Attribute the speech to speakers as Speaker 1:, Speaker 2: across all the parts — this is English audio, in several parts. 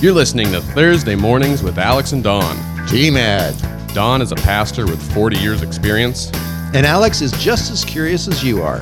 Speaker 1: You're listening to Thursday Mornings with Alex and Don.
Speaker 2: TMAD.
Speaker 1: Don is a pastor with 40 years' experience
Speaker 2: And Alex is just as curious as you are.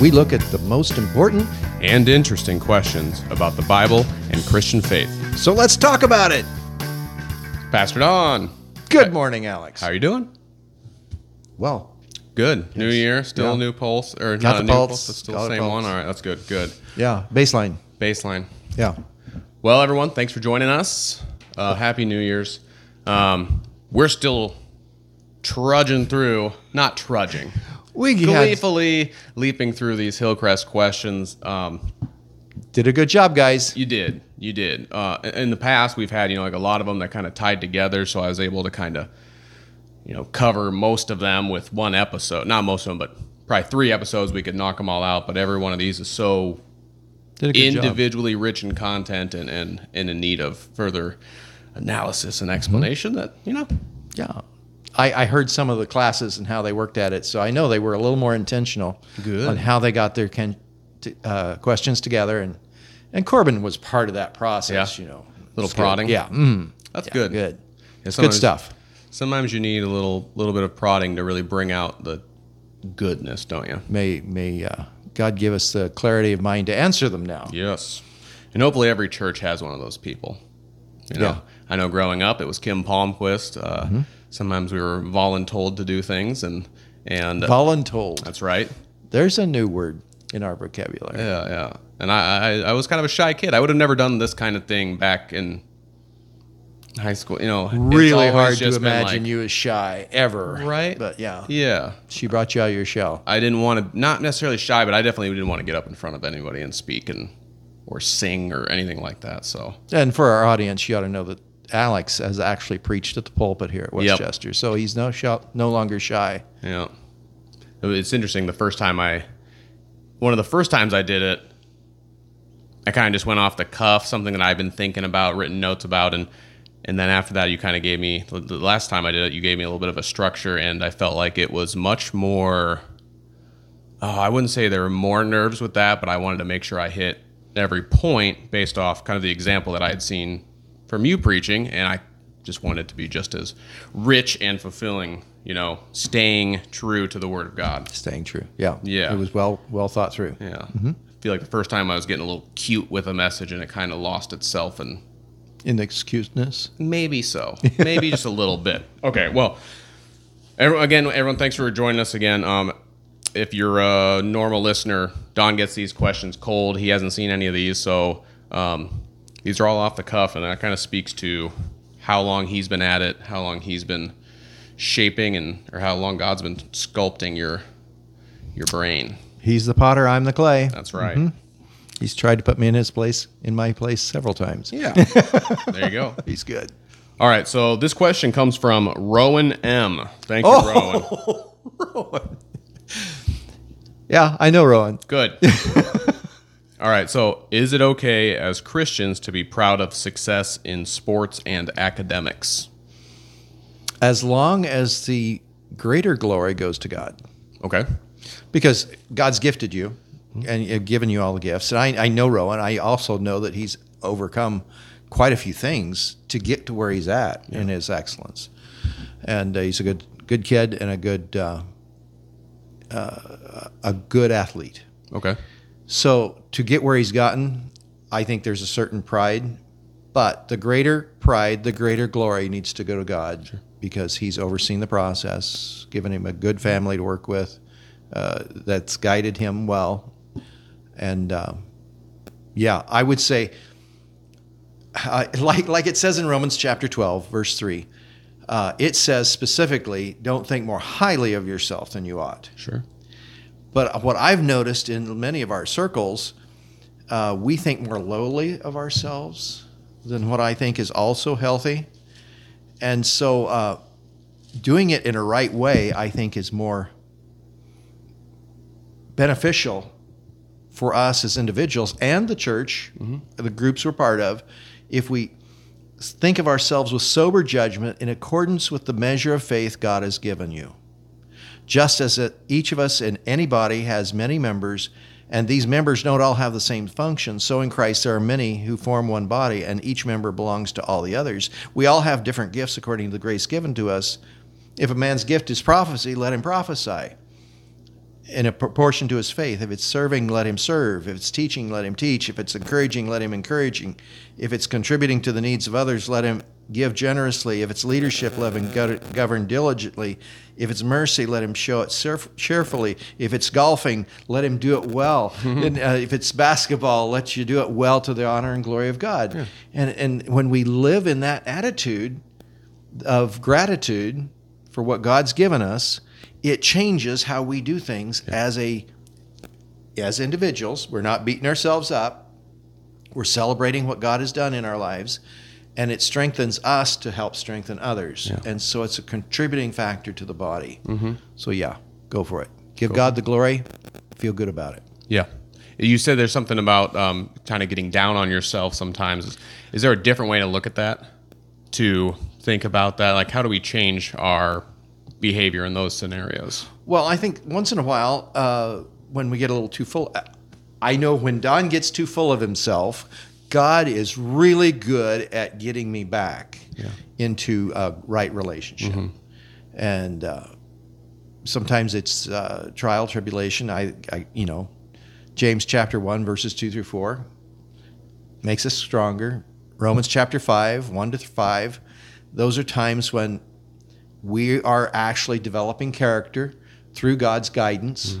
Speaker 2: We look at the most important,
Speaker 1: and interesting questions about the Bible and Christian faith.
Speaker 2: so let's talk about it.
Speaker 1: Pastor Don,
Speaker 2: Good morning, Alex.
Speaker 1: how are you doing?
Speaker 2: Well,
Speaker 1: Good. New year, still
Speaker 2: Yeah.
Speaker 1: a new pulse, or
Speaker 2: Got
Speaker 1: not a
Speaker 2: the
Speaker 1: new
Speaker 2: pulse,
Speaker 1: pulse, but still
Speaker 2: got
Speaker 1: the
Speaker 2: the
Speaker 1: same
Speaker 2: pulse.
Speaker 1: one. All right, that's good. Good
Speaker 2: yeah, baseline.
Speaker 1: baseline.
Speaker 2: Yeah.
Speaker 1: Well, everyone, thanks for joining us. Uh, happy New Year's. Um, we're still trudging through, not trudging.
Speaker 2: We had-
Speaker 1: gleefully leaping through these Hillcrest questions. Um,
Speaker 2: did a good job, guys.
Speaker 1: you did, you did. Uh, in- in the past, we've had you know like a lot of them that kind of tied together, so I was able to kind of you know cover most of them with one episode. Not most of them, but probably three episodes. We could knock them all out, but every one of these is so
Speaker 2: Did a
Speaker 1: individually rich in content and, and and in need of further analysis
Speaker 2: Mm-hmm.
Speaker 1: and explanation that you know
Speaker 2: job. Yeah. I, I heard some of the classes and how they worked at it, so I know they were a little more intentional
Speaker 1: Good.
Speaker 2: on how they got their can, t- uh, questions together, and and Corbin was part of that process.
Speaker 1: Yeah.
Speaker 2: You know,
Speaker 1: Little
Speaker 2: It's good.
Speaker 1: prodding.
Speaker 2: Yeah. Mm,
Speaker 1: that's good.
Speaker 2: Good.
Speaker 1: Yeah,
Speaker 2: Good
Speaker 1: sometimes-
Speaker 2: stuff.
Speaker 1: Sometimes you need a little little bit of prodding to really bring out the goodness, don't you?
Speaker 2: May may uh, God give us the clarity of mind to answer them now.
Speaker 1: Yes. And hopefully every church has one of those people. You know,
Speaker 2: Yeah. Mm-hmm.
Speaker 1: I know growing up it was Kim Palmquist. Uh, Sometimes we were voluntold to do things, and and
Speaker 2: Voluntold.
Speaker 1: that's right.
Speaker 2: There's a new word in our vocabulary.
Speaker 1: Yeah, yeah. And I, I I was kind of a shy kid. I would have never done this kind of thing back in high school. You know, it's
Speaker 2: really
Speaker 1: always
Speaker 2: hard to
Speaker 1: just been
Speaker 2: imagine
Speaker 1: like-
Speaker 2: you as shy ever.
Speaker 1: Right?
Speaker 2: But yeah,
Speaker 1: Yeah.
Speaker 2: she brought you out of your shell.
Speaker 1: I didn't want to, not necessarily shy, but I definitely didn't want to get up in front of anybody and speak and or sing or anything like that. So
Speaker 2: And for our audience, you ought to know that Alex has actually preached at the pulpit here at
Speaker 1: Yep.
Speaker 2: Westchester, so he's no shy, no longer shy.
Speaker 1: yeah, it's interesting. The first time I, one of the first times I did it, I kind of just went off the cuff, something that I've been thinking about, written notes about, and and then after that, you kind of gave me the the last time I did it, you gave me a little bit of a structure, and I felt like it was much more. Oh, I wouldn't say there were more nerves with that, but I wanted to make sure I hit every point based off kind of the example that I had seen from you preaching, and I just wanted it to be just as rich and fulfilling, you know, staying true to the Word of God.
Speaker 2: Staying true. Yeah.
Speaker 1: Yeah.
Speaker 2: It was well well thought through.
Speaker 1: Yeah. I feel like the first time I was getting a little cute with a message and it kind of lost itself and
Speaker 2: In excuseness.
Speaker 1: maybe so. Maybe just a little bit. Okay. Well, every, again, everyone, thanks for joining us again. Um, if you're a normal listener, Don gets these questions cold. He hasn't seen any of these. So um, these are all off the cuff. And that kind of speaks to how long he's been at it, how long he's been shaping and or how long God's been sculpting your your brain.
Speaker 2: He's the potter. I'm the clay.
Speaker 1: That's right.
Speaker 2: He's tried to put me in his place, in my place, several times.
Speaker 1: Yeah. there you go.
Speaker 2: He's good.
Speaker 1: All right, so this question comes from Rowan M. Thank you,
Speaker 2: Oh.
Speaker 1: Rowan.
Speaker 2: Rowan. Yeah, I know Rowan.
Speaker 1: Good. All right, so is it okay as Christians to be proud of success in sports and academics?
Speaker 2: as long as the greater glory goes to God,
Speaker 1: Okay.
Speaker 2: because God's gifted you and uh, given you all the gifts. And I, I know Rowan. I also know that he's overcome quite a few things to get to where he's at in his excellence. And uh, he's a good good kid and a good uh, uh, a good athlete.
Speaker 1: Okay.
Speaker 2: So to get where he's gotten, I think there's a certain pride, but the greater pride, the greater glory needs to go to God because he's overseen the process, given him a good family to work with uh, that's guided him well. And um, yeah, I would say, uh, like, like it says in Romans chapter 12, verse 3, uh, it says specifically, don't think more highly of yourself than you ought.
Speaker 1: Sure.
Speaker 2: But what I've noticed in many of our circles, uh, we think more lowly of ourselves than what I think is also healthy. And so uh, doing it in a right way, I think, is more beneficial for us as individuals and the church, the groups we're part of, if we think of ourselves with sober judgment in accordance with the measure of faith God has given you just as it, each of us in any body has many members, And these members don't all have the same function. So in Christ, there are many who form one body, and each member belongs to all the others. We all have different gifts according to the grace given to us. If a man's gift is prophecy, let him prophesy in a proportion to his faith. If it's serving, let him serve. If it's teaching, let him teach. If it's encouraging, let him encouraging. If it's contributing to the needs of others, let him give generously. If it's leadership, let him go- govern diligently. If it's mercy, let him show it surf- cheerfully. If it's golfing, let him do it well. and, uh, if it's basketball, let you do it well to the honor and glory of God. And and when we live in that attitude of gratitude for what God's given us, it changes how we do things as a as individuals. We're not beating ourselves up. We're celebrating what God has done in our lives, and it strengthens us to help strengthen others. And so it's a contributing factor to the body. So yeah, Mm-hmm. go for it. Give God the glory. Feel good about it.
Speaker 1: Yeah. You said there's something about um, kind of getting down on yourself sometimes. Is, is there a different way to look at that? To think about that? Like, how do we change our behavior in those scenarios?
Speaker 2: Well, I think once in a while, uh, when we get a little too full, I know when Don gets too full of himself, God is really good at getting me back into a right relationship. And uh, sometimes it's uh, trial, tribulation. I, I, you know, James chapter 1, verses 2 through 4 makes us stronger. Romans chapter 5, 1 to 5. Those are times when we are actually developing character through God's guidance.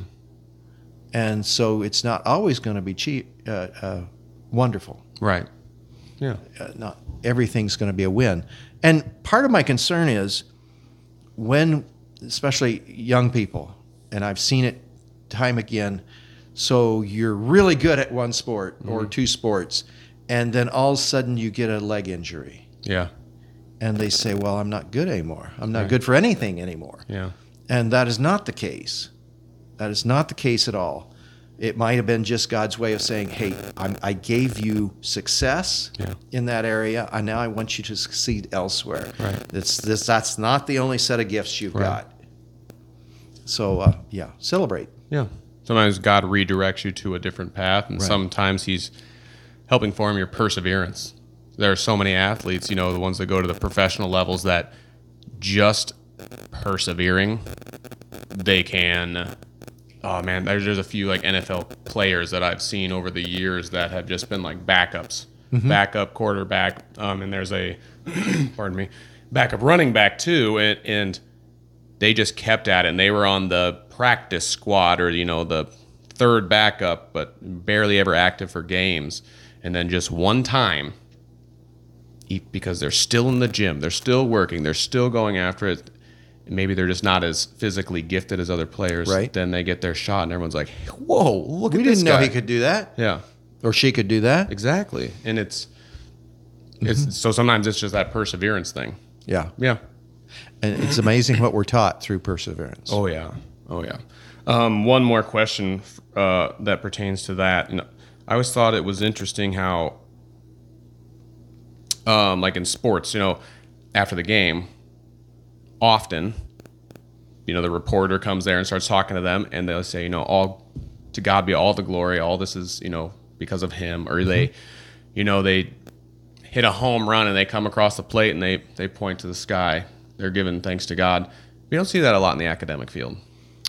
Speaker 2: And so it's not always going to be cheap, uh, uh, wonderful.
Speaker 1: Right. Yeah.
Speaker 2: Uh, not everything's going to be a win. And part of my concern is when, especially young people, and I've seen it time again. So you're really good at one sport or two sports, and then all of a sudden you get a leg injury,
Speaker 1: Yeah.
Speaker 2: and they say, "Well, I'm not good anymore. I'm not good for anything anymore."
Speaker 1: Yeah.
Speaker 2: And that is not the case. That is not the case at all. It might have been just God's way of saying, hey, I'm, I gave you success
Speaker 1: Yeah.
Speaker 2: in that area, and now I want you to succeed elsewhere.
Speaker 1: Right.
Speaker 2: It's, this, that's not the only set of gifts you've got. So, uh, yeah, celebrate.
Speaker 1: Yeah. Sometimes God redirects you to a different path, and sometimes He's helping form your perseverance. There are so many athletes, you know, the ones that go to the professional levels that just persevering, they can. Oh man, there's, there's a few like NFL players that I've seen over the years that have just been like backups, backup quarterback, um, and there's a, pardon me, backup running back too, and, and they just kept at it and they were on the practice squad or you know the third backup but barely ever active for games and then just one time e- because they're still in the gym they're still working they're still going after it maybe they're just not as physically gifted as other players
Speaker 2: Right.
Speaker 1: then they get their shot and everyone's like whoa look
Speaker 2: We
Speaker 1: at this
Speaker 2: didn't know
Speaker 1: guy.
Speaker 2: he could do that,
Speaker 1: yeah
Speaker 2: or she could do that.
Speaker 1: exactly and it's it's so sometimes it's just that perseverance thing
Speaker 2: Yeah.
Speaker 1: yeah
Speaker 2: And it's amazing what we're taught through perseverance.
Speaker 1: Oh yeah, oh yeah. Um, one more question uh, that pertains to that, and I always thought it was interesting how, um, like in sports, you know, after the game, often, you know, the reporter comes there and starts talking to them, and they'll say, you know, all to God be all the glory. All this is, you know, because of Him, or they, you know, they hit a home run and they come across the plate and they they point to the sky. They're giving thanks to God. We don't see that a lot in the academic field.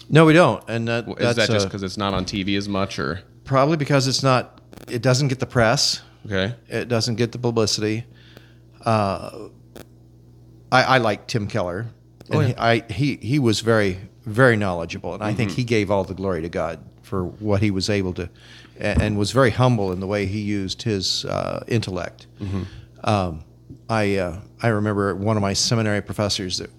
Speaker 2: No, we don't. And that,
Speaker 1: Is
Speaker 2: that's
Speaker 1: that just
Speaker 2: uh,
Speaker 1: because it's not on TV as much, or
Speaker 2: probably because it's not, it doesn't get the press.
Speaker 1: okay?
Speaker 2: It doesn't get the publicity. Uh, I, I like Tim Keller. And he, I, he, he was very, very knowledgeable. And I think he gave all the glory to God for what he was able to, and, and was very humble in the way he used his uh, intellect. Um, I, uh, I remember one of my seminary professors that,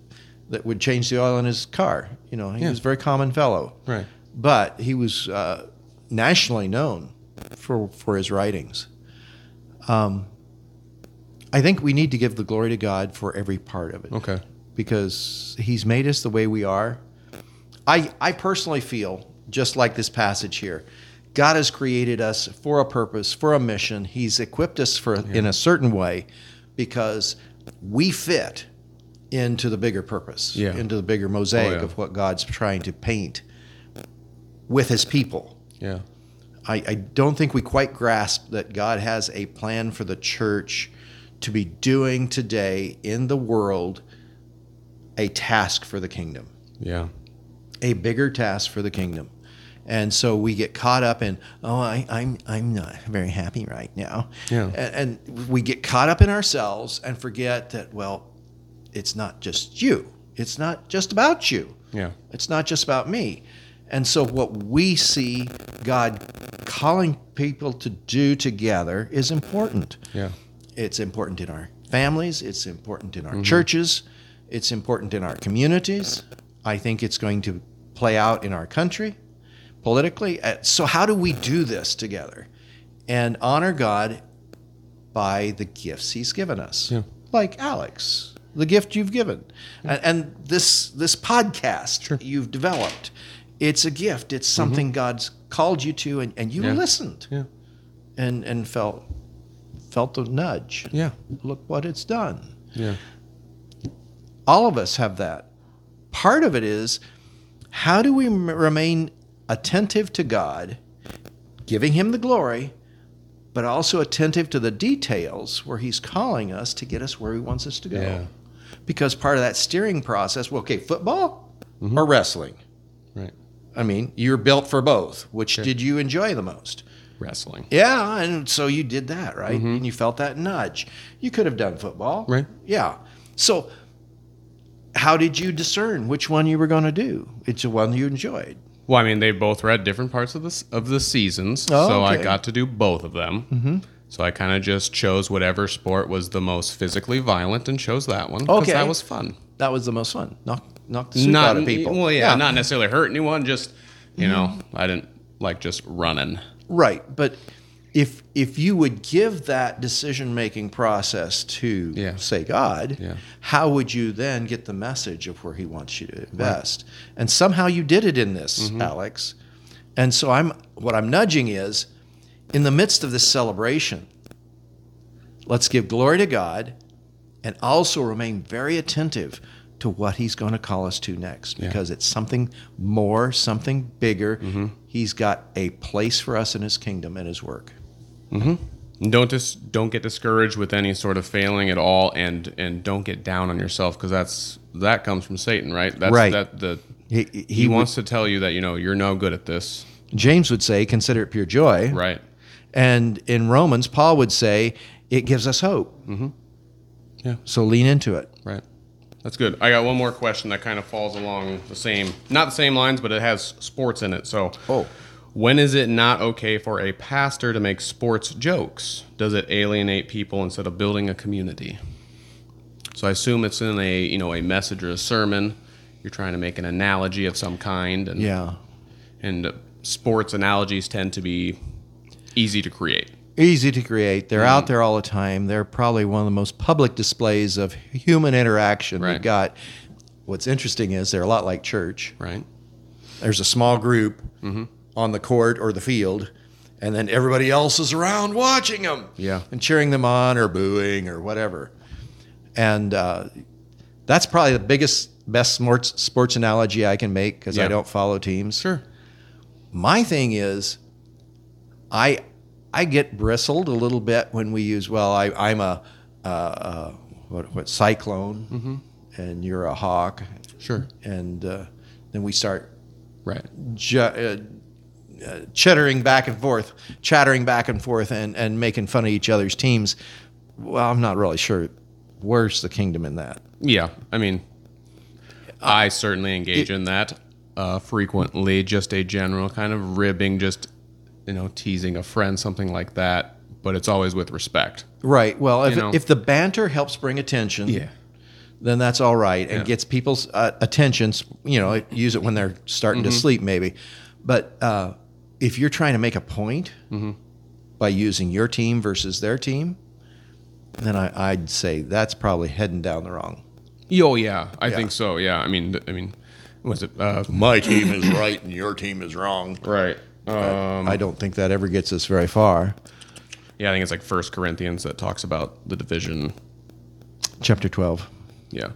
Speaker 2: that would change the oil in his car. You know, he was a very common fellow.
Speaker 1: Right.
Speaker 2: But he was uh, nationally known for, for his writings. Um, I think we need to give the glory to God for every part of it.
Speaker 1: Okay.
Speaker 2: Because He's made us the way we are. I, I personally feel, just like this passage here, God has created us for a purpose, for a mission. He's equipped us for in a certain way because we fit into the bigger purpose,
Speaker 1: Yeah. Oh,
Speaker 2: into the bigger mosaic
Speaker 1: yeah.
Speaker 2: of what God's trying to paint with his people
Speaker 1: Yeah.
Speaker 2: I, I don't think we quite grasp that God has a plan for the church to be doing today in the world a task for the kingdom,
Speaker 1: Yeah.
Speaker 2: a bigger task for the kingdom. And so we get caught up in, oh, I, I'm, I'm not very happy right now.
Speaker 1: Yeah.
Speaker 2: And, and we get caught up in ourselves and forget that, well, it's not just you, it's not just about you.
Speaker 1: Yeah.
Speaker 2: It's not just about me. And so, what we see God calling people to do together is important.
Speaker 1: Yeah.
Speaker 2: It's important in our families, it's important in our churches, it's important in our communities. I think it's going to play out in our country politically. Uh, So, how do we do this together and honor God by the gifts He's given us?
Speaker 1: Yeah.
Speaker 2: Like Alex, the gift you've given, and, and this this podcast you've developed. It's a gift. It's something God's called you to, and, and you
Speaker 1: Mm-hmm. Yeah.
Speaker 2: listened
Speaker 1: Yeah.
Speaker 2: and and felt felt the nudge.
Speaker 1: Yeah.
Speaker 2: Look what it's done.
Speaker 1: Yeah.
Speaker 2: All of us have that. Part of it is how do we m- remain attentive to God, giving Him the glory, but also attentive to the details where He's calling us to get us where He wants us to go?
Speaker 1: Yeah.
Speaker 2: Because part of that steering process, well, okay, football
Speaker 1: Mm-hmm.
Speaker 2: or wrestling?
Speaker 1: Right.
Speaker 2: I mean, you're built for both. Which did you enjoy the most?
Speaker 1: Wrestling.
Speaker 2: Yeah, and so you did that, right? And you felt that nudge. You could have done football.
Speaker 1: Mm-hmm. Right.
Speaker 2: Yeah. So how did you discern which one you were going to do? It's the one you enjoyed.
Speaker 1: Well, I mean, they both read different parts of this of the seasons,
Speaker 2: Oh,
Speaker 1: so I
Speaker 2: okay.
Speaker 1: got to do both of them. Mm-hmm. So I kind of just chose whatever sport was the most physically violent and chose that one because
Speaker 2: Okay.
Speaker 1: that was fun.
Speaker 2: That was the most fun. Knock knock the soup out of people.
Speaker 1: Well, yeah, Mm-hmm. not necessarily hurt anyone. Just you know, I didn't like just running.
Speaker 2: right, but if if you would give that decision making process to
Speaker 1: Yeah.
Speaker 2: say God,
Speaker 1: Yeah.
Speaker 2: how would you then get the message of where He wants you to invest? And somehow you did it in this,
Speaker 1: Mm-hmm.
Speaker 2: Alex. And so I'm what I'm nudging is in the midst of this celebration, let's give glory to God and also remain very attentive to what he's going to call us to next because it's something more, something bigger.
Speaker 1: Mm-hmm.
Speaker 2: He's got a place for us in his kingdom and his work.
Speaker 1: And Don't dis- don't get discouraged with any sort of failing at all, and and don't get down on yourself because that's that comes from Satan, right? That's,
Speaker 2: Right.
Speaker 1: That the
Speaker 2: He,
Speaker 1: he, wants to tell you that you know you're no good at this,
Speaker 2: James would say, consider it pure joy.
Speaker 1: right?
Speaker 2: And in Romans, Paul would say, it gives us hope.
Speaker 1: Mm-hmm. Yeah.
Speaker 2: So lean into it.
Speaker 1: Right. That's good. I got one more question that kind of falls along the same, not the same lines, but it has sports in it. So,
Speaker 2: Oh.
Speaker 1: when is it not okay for a pastor to make sports jokes? Does it alienate people instead of building a community? So I assume it's in a you know a message or a sermon. You're trying to make an analogy of some kind, and
Speaker 2: Yeah.
Speaker 1: and sports analogies tend to be easy to create.
Speaker 2: easy to create. They're
Speaker 1: Mm-hmm.
Speaker 2: out there all the time. They're probably one of the most public displays of human interaction
Speaker 1: Right.
Speaker 2: we've got. What's interesting is they're a lot like church.
Speaker 1: Right.
Speaker 2: There's a small group on the court or the field, and then everybody else is around watching them
Speaker 1: Yeah.
Speaker 2: and cheering them on or booing or whatever. And uh, that's probably the biggest, best sports, sports analogy I can make because
Speaker 1: Yeah.
Speaker 2: I don't follow teams
Speaker 1: Sure.
Speaker 2: my thing is i i get bristled a little bit when we use well I, i'm a uh, uh, what, what cyclone
Speaker 1: Mm-hmm.
Speaker 2: and you're a hawk
Speaker 1: Sure.
Speaker 2: and uh, then we start
Speaker 1: Right.
Speaker 2: ju- uh, uh, chittering back and forth chattering back and forth and, and making fun of each other's teams well i'm not really sure where's the kingdom in that
Speaker 1: Yeah, I mean, I certainly engage in that uh, frequently. Just a general kind of ribbing, just you know, teasing a friend, something like that. But it's always with respect.
Speaker 2: right well if,
Speaker 1: You know.
Speaker 2: if the banter helps bring attention then that's all right and gets people's uh, attentions. You know, use it when they're starting
Speaker 1: Mm-hmm.
Speaker 2: to sleep, maybe. But uh, if you're trying to make a point
Speaker 1: Mm-hmm.
Speaker 2: by using your team versus their team, then I, I'd say that's probably heading down the wrong.
Speaker 1: Oh yeah, I think so. Yeah, I mean, th- I mean, was it uh,
Speaker 3: My team is right and your team is wrong.
Speaker 1: right? Uh,
Speaker 2: Um, I don't think that ever gets us very far.
Speaker 1: yeah, I think it's like First Corinthians that talks about the division.
Speaker 2: Chapter twelve.
Speaker 1: Yeah,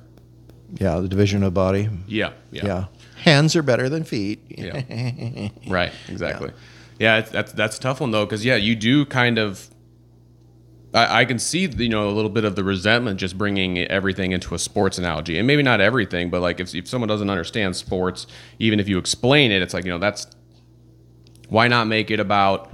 Speaker 2: Yeah, the division of body.
Speaker 1: yeah, yeah,
Speaker 2: Yeah, hands are better than feet.
Speaker 1: yeah. right, exactly. Yeah, it's, that's that's a tough one though, because yeah, you do kind of. I, I can see you know a little bit of the resentment just bringing everything into a sports analogy, and maybe not everything, but like if if someone doesn't understand sports, even if you explain it, it's like you know that's. Why not make it about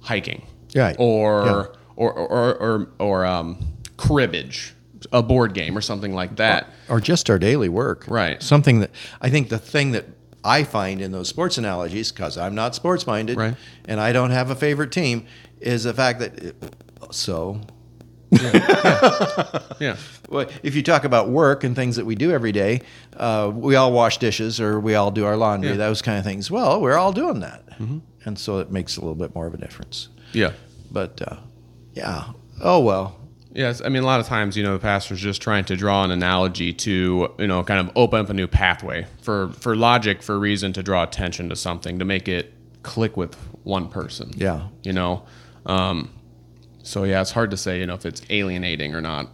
Speaker 1: hiking?
Speaker 2: Right.
Speaker 1: Or or or or or, or um, cribbage, a board game or something like that.
Speaker 2: or just our daily work.
Speaker 1: Right.
Speaker 2: Something that I think the thing that I find in those sports analogies, because I'm not sports minded
Speaker 1: Right.
Speaker 2: and I don't have a favorite team, is the fact that so. Uh,
Speaker 1: Yeah.
Speaker 2: Well, if you talk about work and things that we do every day, uh, we all wash dishes or we all do our laundry,
Speaker 1: Yeah.
Speaker 2: those kind of things. Well, we're all doing that, and so it makes a little bit more of a difference.
Speaker 1: Yeah.
Speaker 2: But uh, yeah, oh well,
Speaker 1: Yes, I mean a lot of times, you know, the pastor's just trying to draw an analogy to, you know, kind of open up a new pathway for for logic, for reason to draw attention to something, to make it click with one person.
Speaker 2: Yeah.
Speaker 1: You know. Um so yeah, it's hard to say, you know, if it's alienating or not.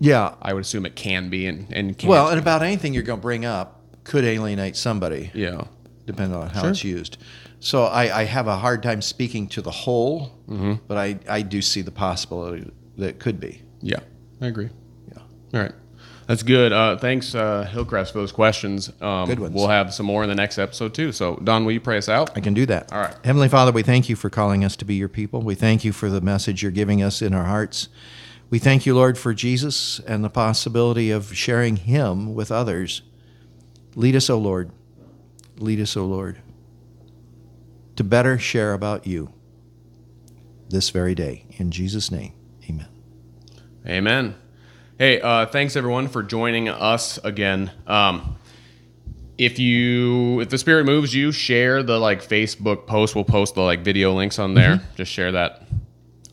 Speaker 2: yeah.
Speaker 1: I would assume it can be and and can
Speaker 2: Well, and about anything you're going to bring up could alienate somebody.
Speaker 1: yeah.
Speaker 2: depending on how it's used. So I, I have a hard time speaking to the whole, but I, I do see the possibility that it could be.
Speaker 1: Yeah. I agree.
Speaker 2: Yeah.
Speaker 1: All right. That's good. Uh, thanks, uh, Hillcrest, for those questions. Um,
Speaker 2: Good ones.
Speaker 1: We'll have some more in the next episode, too. So, Don, will you pray us out?
Speaker 2: I can do that.
Speaker 1: All right.
Speaker 2: Heavenly Father, we thank you for calling us to be your people. We thank you for the message you're giving us in our hearts. We thank you, Lord, for Jesus and the possibility of sharing him with others. Lead us, O Lord. Lead us, O Lord, to better share about you this very day. In Jesus' name, amen.
Speaker 1: Amen. Hey, uh, thanks everyone for joining us again. Um, if you if the spirit moves you, share the like Facebook post. We'll post the like video links on there. Just share that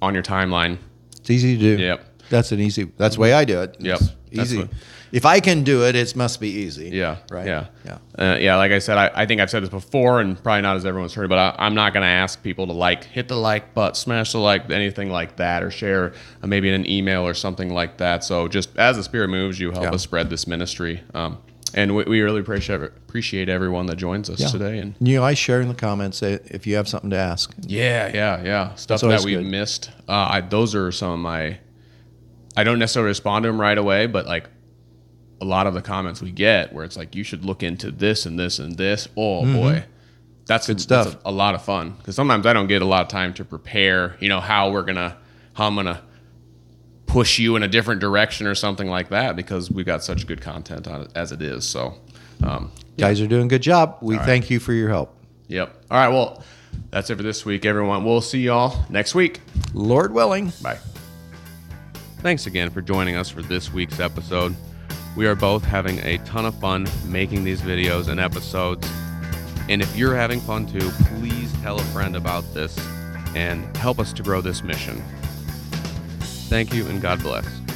Speaker 1: on your timeline.
Speaker 2: It's easy to do.
Speaker 1: Yep.
Speaker 2: That's an easy. That's the way I do it.
Speaker 1: Yep.
Speaker 2: It's
Speaker 1: That's
Speaker 2: Easy.
Speaker 1: what-
Speaker 2: if I can do it, it must be easy.
Speaker 1: Yeah.
Speaker 2: Right.
Speaker 1: Yeah.
Speaker 2: Yeah.
Speaker 1: Uh, yeah. Like I said, I, I think I've said this before, and probably not as everyone's heard, but I, I'm not going to ask people to like hit the like button, smash the like, anything like that, or share uh, maybe in an email or something like that. So just as the spirit moves, you help
Speaker 2: Yeah.
Speaker 1: us spread this ministry. Um, and we, we really appreciate appreciate everyone that joins us
Speaker 2: Yeah.
Speaker 1: today. And
Speaker 2: You know, I share in the comments uh, if you have something to ask.
Speaker 1: yeah, yeah, yeah. Stuff
Speaker 2: That's always
Speaker 1: that we've
Speaker 2: good.
Speaker 1: missed. Uh, I, those are some of my. I don't necessarily respond to them right away, but like a lot of the comments we get, where it's like you should look into this and this and this. Oh boy, that's good
Speaker 2: Mm-hmm. stuff.
Speaker 1: a, a lot of fun because sometimes I don't get a lot of time to prepare. You know how we're gonna how I'm gonna push you in a different direction or something like that because we've got such good content on it as it is. So. Um,
Speaker 2: Guys are doing a good job. We thank you for your help.
Speaker 1: Yep. All right. Well, that's it for this week, everyone. We'll see y'all next week.
Speaker 2: Lord willing.
Speaker 1: Bye. Thanks again for joining us for this week's episode. We are both having a ton of fun making these videos and episodes. And if you're having fun too, please tell a friend about this and help us to grow this mission. Thank you and God bless.